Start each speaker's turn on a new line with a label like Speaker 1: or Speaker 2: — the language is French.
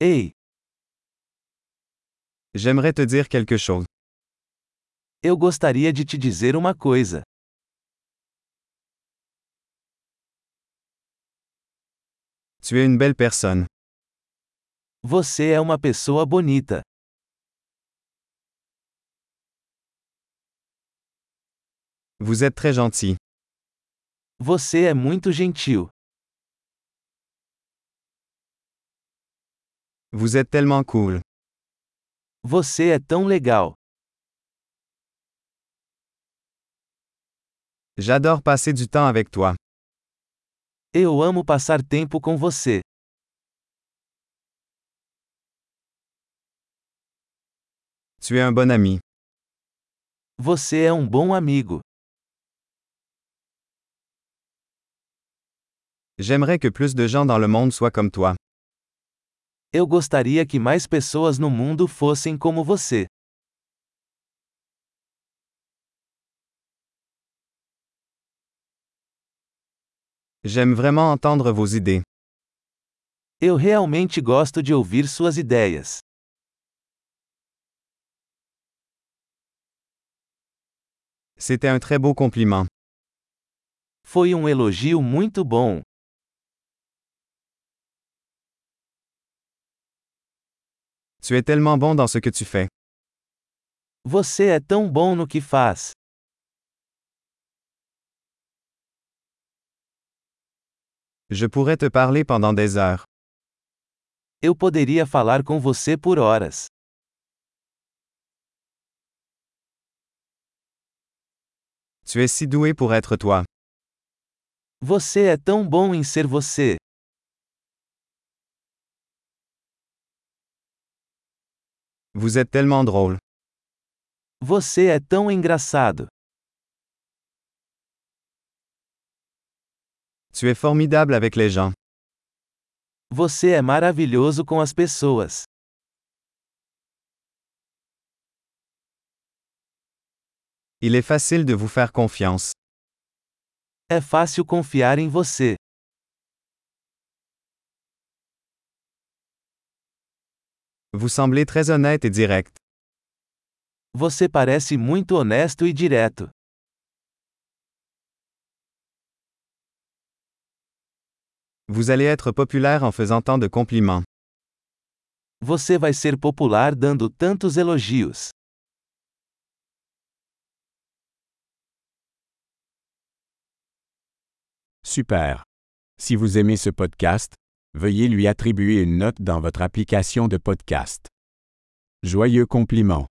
Speaker 1: Ei,
Speaker 2: J'aimerais te dire quelque chose.
Speaker 1: eu gostaria de te dizer uma coisa.
Speaker 2: Tu es une belle personne.
Speaker 1: Você é uma pessoa bonita.
Speaker 2: Vous êtes très gentil.
Speaker 1: Você é muito gentil.
Speaker 2: Vous êtes tellement cool.
Speaker 1: Você é tão legal.
Speaker 2: J'adore passer du temps avec toi.
Speaker 1: Eu amo passar tempo com você.
Speaker 2: Tu es un bon ami.
Speaker 1: Você é um bom amigo.
Speaker 2: J'aimerais que plus de gens dans le monde soient comme toi.
Speaker 1: Eu gostaria que mais pessoas no mundo fossem como você.
Speaker 2: J'aime vraiment entendre vos idées.
Speaker 1: Eu realmente gosto de ouvir suas ideias.
Speaker 2: C'était un très beau compliment.
Speaker 1: Foi um elogio muito bom.
Speaker 2: Tu es tellement bon dans ce que tu fais.
Speaker 1: Você é tão bom no que faz.
Speaker 2: Je pourrais te parler pendant des heures.
Speaker 1: Eu poderia falar com você por horas.
Speaker 2: Tu es si doué pour être toi.
Speaker 1: Você é tão bom em ser você.
Speaker 2: Vous êtes tellement drôle.
Speaker 1: Você é tão engraçado.
Speaker 2: Tu es formidable avec les gens.
Speaker 1: Você é maravilhoso com as pessoas.
Speaker 2: Il est facile de vous faire confiance.
Speaker 1: É fácil confiar em você.
Speaker 2: Vous semblez très honnête et direct.
Speaker 1: Você parece muito honesto e direto.
Speaker 2: Vous allez être populaire en faisant tant de compliments.
Speaker 1: Você vai ser popular dando tantos elogios.
Speaker 3: Super. Si vous aimez ce podcast, veuillez lui attribuer une note dans votre application de podcast. Joyeux compliment.